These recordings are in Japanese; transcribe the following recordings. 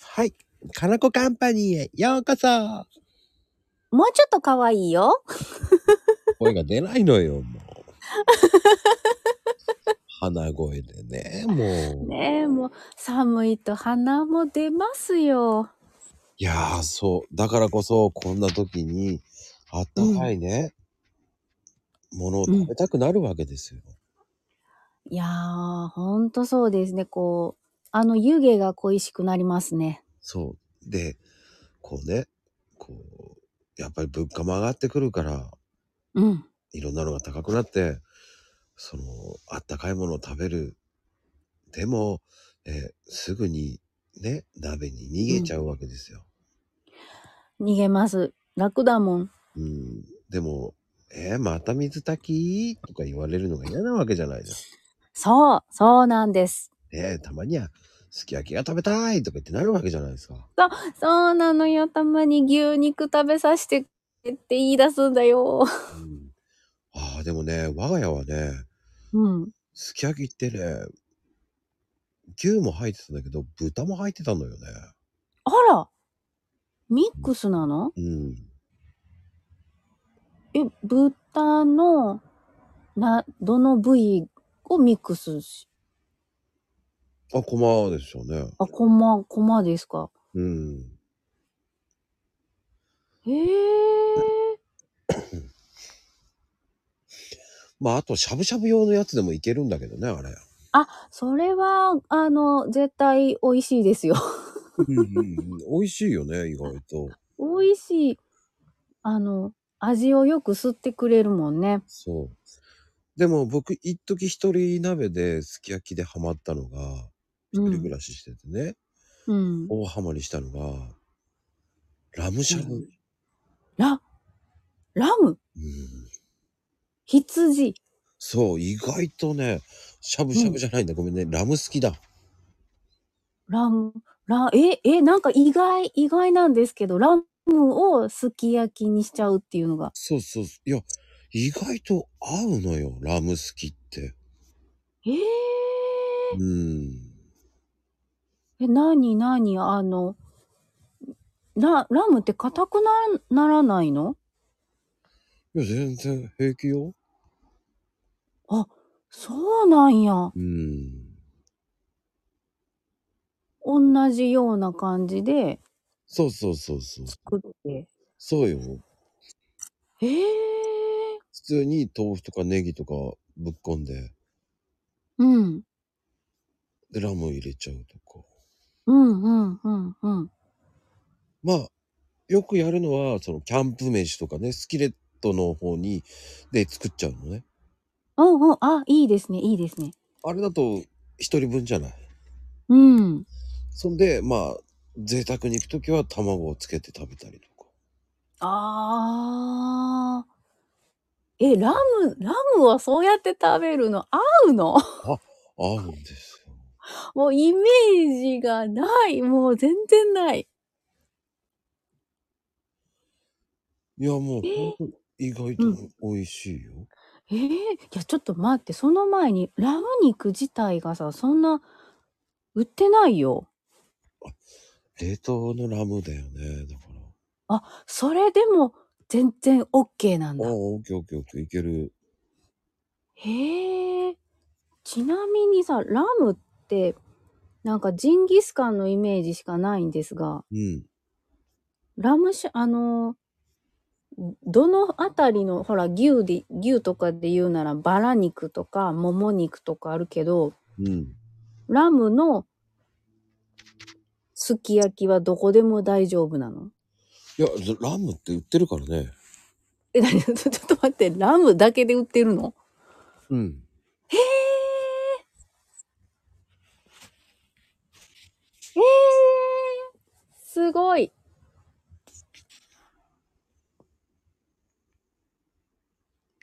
はい。かなこカンパニーへようこそもうちょっと可愛いよ。声が出ないのよ、もう。 鼻声でね、もう。ねえ、もう寒いと鼻も出ますよ。いやー、そう。だからこそ、こんな時に、あったかいね、ものを食べたくなるわけですよ。いやー、ほんとそうですね。こう、あの湯気が恋しくなりますね。そう。で、こうね、こう、やっぱり物価も上がってくるから、うん。いろんなのが高くなって、その、あったかいものを食べる。でも、えーすぐに、ね、鍋に逃げちゃうわけですよ。逃げます。楽だもん。うん。でも、えーまた水炊きとか言われるのが嫌なわけじゃないですそう、そうなんです。か。ねえたまには、すき焼きが食べたいとか言ってなるわけじゃないですか。そうなのよ。たまに牛肉食べさせてくれって言い出すんだよ。うん。ああ、でもね、我が家はね、うん。すき焼きってね、牛も入ってたんだけど、豚も入ってたんだよね。あら、ミックスなのうん。え、豚の、な、どの部位をミックスし、あ、こまですよね。あ、こま、こまですかうん。へえ。まあ、あと、しゃぶしゃぶ用のやつでもいけるんだけどね、あれ。それは、あの、絶対美味しいですよ。 うんうんうん、 美味しいよね、意外と。美味しい。あの、味をよく吸ってくれるもんね。そう。でも、僕、一時一人鍋ですき焼きでハマったのが、う一人暮ん。らししててね、うん。大ハマりしたのが、ラムシャブ。ううんんラ、ラム羊そう、意外とね、しゃぶしゃぶじゃないんだ。ごめんね、ラム好きだ。ラム、ラ、え、え、なんか意外、意外なんですけど、ラムをすき焼きにしちゃうっていうのが。そうそう。いや、意外と合うのよ、ラム好きって。ええ。うん。え、なになにあの、ラ、ラムって硬くな、ならないのいや、全然平気よ。そうなんや。うん。同じような感じでそうそうそうそう。作って。そうよ。ええ普通に豆腐とかネギとかぶっこんで、うん。で、ラム入れちゃうとか。うんうんうんうん。まあ、よくやるのは、そのキャンプ飯とかね、スキレットの方に、で作っちゃうのね。うんうん。あ、いいですね、いいですね。あれだと、一人分じゃない。うん。そんで、まあ、贅沢に行くときは卵をつけて食べたりとか。ああ。え、ラム、ラムをそうやって食べるの合うの 合うんですよ。もうイメージがない。もう全然ない。いや、もう、えーほんと意外と美味しいよ。えー、いやちょっと待ってその前にラム肉自体がさそんな売ってないよ冷凍のラムだよね。だから。それでも全然 OK なんだああ、オッケーオッケーオッケー、いける。へえちなみにさラムってなんかジンギスカンのイメージしかないんですがうん。ラムシャあのどのあたりのほら牛で牛とかで言うならバラ肉とかもも肉とかあるけどうん。ラムのすき焼きはどこでも大丈夫なのいや、ずラムって売ってるからね。え、何 ちょちょっと待って、ラムだけで売ってるのうん。へえ。へえ。すごい。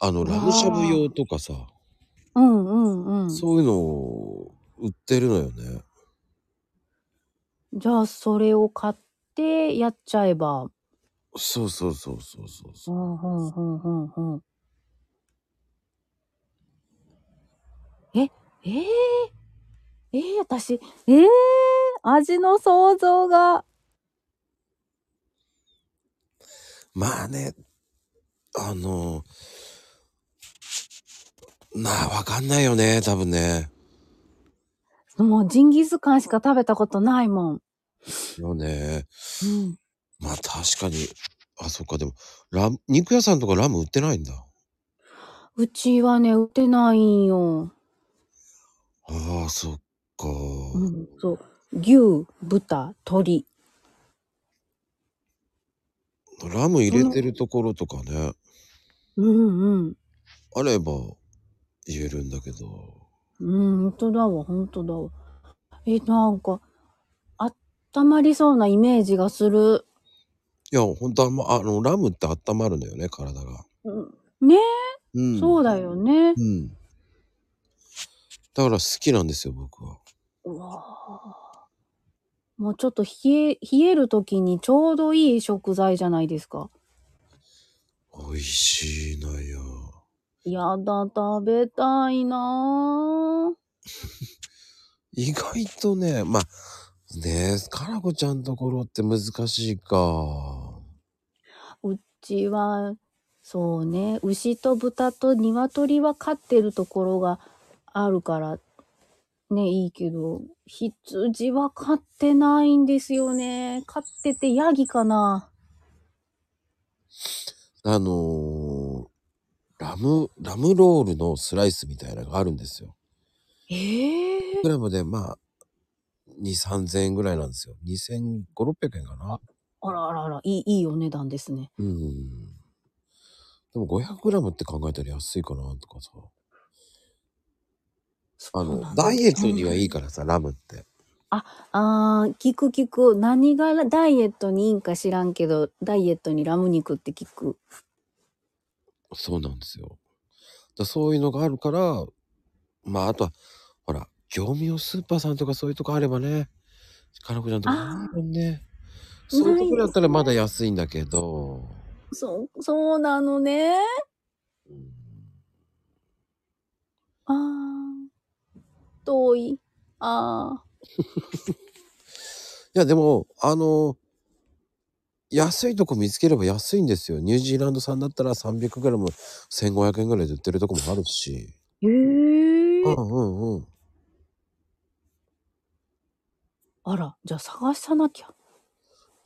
あの、ラムしゃぶ用とかさ、うんうんうん。そういうのを売ってるのよね。じゃあ、それを買ってやっちゃえば。そうそうそうそうそううそう。んうんうんうんうん。え、ええええ私、ええ味の想像が。まあね、あの、なあ、わかんないよね、多分ね。もうジンギスカンしか食べたことないもん。よね。うん。まあ確かに。あ、そっか、でも、ラム、肉屋さんとかラム売ってないんだ。うちはね、売ってないんよ。ああ、そっか。うん、そう。牛、豚、鶏。ラム入れてるところとかね、うんうん。あれば言えるんだけど。うん、本当だわ、本当だわ。え、なんか、あったまりそうなイメージがする。いや、本当は、まあの、ラムって温まるのよね、体が。ねうん。そうだよね。うん。だから好きなんですよ、僕は。うわあもうちょっと冷え、冷える時にちょうどいい食材じゃないですか。美味しいのよ。やだ、食べたいなぁ。意外とね、まあ、ねえ、かなこちゃんところって難しいか。うちは、そうね、牛と豚と鶏は飼ってるところがあるから、ね、いいけど、羊は飼ってないんですよね。飼っててヤギかな。あのーラム、ラムロールのスライスみたいなのがあるんですよ。ええグラムで、まあ、2、3000円ぐらいなんですよ。2500、600円かな。あらあらあら、いい、いいお値段ですね。うん。でも500グラムって考えたら安いかなとかさ。あそうのな、んだダイエットにはいいからさ、ラムって。あー、聞く聞く。何がダイエットにいいんか知らんけど、ダイエットにラム肉って聞く。そうなんですよ。だそういうのがあるから、まあ、あとは、ほら、業務用スーパーさんとかそういうとこあればね、かなこちゃんとかあーないもんね。そういうところだったらまだ安いんだけど、そう、そうなのね。うんあー、遠い。あいや、でも、あの、安いとこ見つければ安いんですよ。ニュージーランド産だったら 300g1500 円ぐらいで売ってるとこもあるし。ー。へうんー。うんうん。あら、じゃあ探さなきゃ。い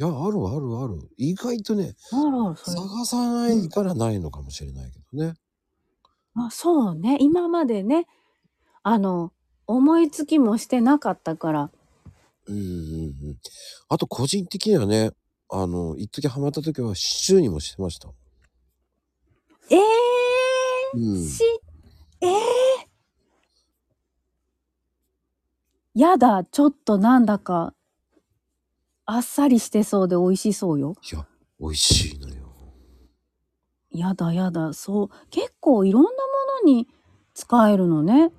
や、あるあるある。意外とね、あらあら、それ。探さないからないのかもしれないけどね。あ、そうね。今までね、あの、思いつきもしてなかったから。うんうんうん。あと、個人的にはね、あの、一時ハマった時はシチューにもしてました。えー、うん。し、えー、やだ、ちょっとなんだか、あっさりしてそうで美味しそうよ。いや、美味しいのよ。やだやだ、そう。結構いろんなものに使えるのね。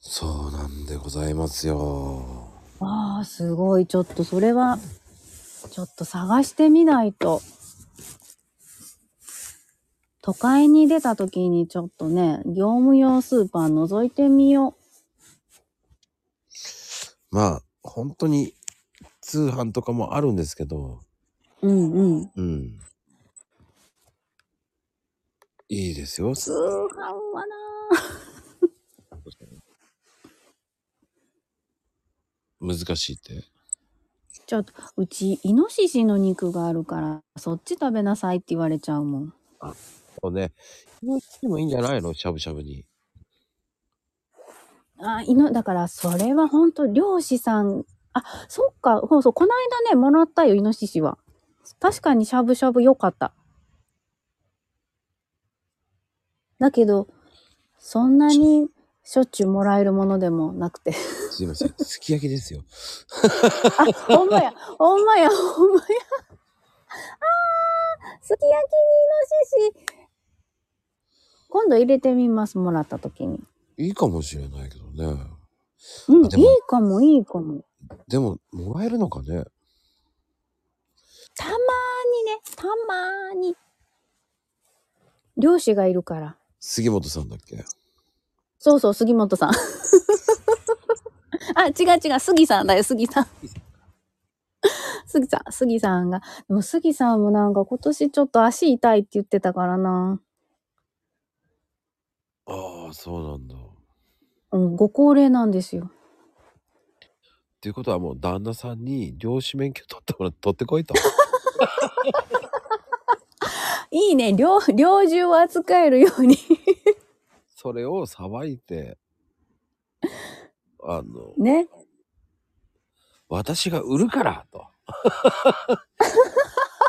そうなんでございますよ。ああ、すごい。ちょっとそれは、ちょっと探してみないと。都会に出た時にちょっとね、業務用スーパー覗いてみよまあ、本当に通販とかもあるんですけど、う。うんうん。うん。いいですよ。通販はな難しいって。ちょっと、うち、イノシシの肉があるから、そっち食べなさいって言われちゃうもん。そうね。こっちでもいいんじゃないのしゃぶしゃぶに。あ、いの、だから、それは本当漁師さん、あ、そっか、そうそう、この間ね、もらったよ、イノシシは。確かにしゃぶしゃぶ良かった。だけど、そんなにしょっちゅうもらえるものでもなくて。すいません。すき焼きですよ。あ、ほんまや、ほんまや、ほんまや。あー、すき焼きにイノシシ。今度入れてみます、もらった時に。いいかもしれないけどね。うん、いいでもかも、いいかも。でも、もらえるのかねたまーにね、たまーに。漁師がいるから。杉本さんだっけそうそう、杉本さん。 あ、違う違う、杉さんだよ、杉さん。杉さん、杉さんが。でも杉さんもなんか今年ちょっと足痛いって言ってたからな。ああ、そうなんだ。っうん、ご高齢なんですよ。ていうことはもう旦那さんに漁師免許取ってもら取ってこ いと。いいね、猟、猟銃を扱えるように。 それをさばいて、あの、ね。私が売るから と。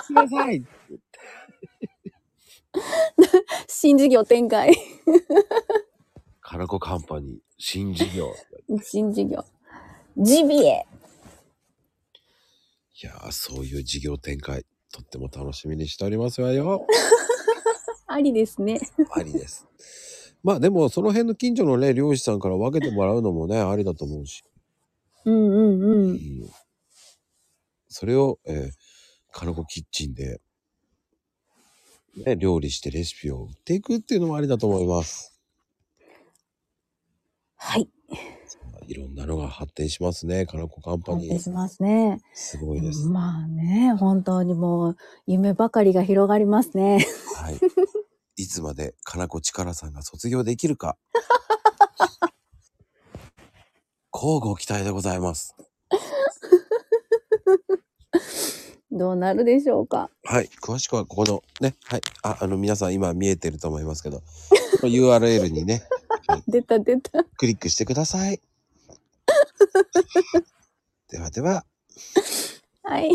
ください。新事業展開。カラコカンパニー、新事業。新事業。ジビエ。いやー、そういう事業展開、とっても楽しみにしておりますわよ。ありですね。ありです。まあでも、その辺の近所のね、漁師さんから分けてもらうのもね、ありだと思うし。うんうんうん。うんそれを、えー、カラコキッチンで、ね、料理してレシピを売っていくっていうのもありだと思います。はい。いろんなのが発展しますね、カラコカンパ本ニ当ー。しますね。すごいです。まあね、本当にもう夢ばかりが広がりますね。 はい。いつまでカラコチカラさんが卒業できる か。交互期待でございます。どうなるでしょうか。はい。詳しくはここのね、はい。あ、あの皆さん今見えてると思いますけど、この URL にね、出た出た。クリックしてください。ではでは。はい。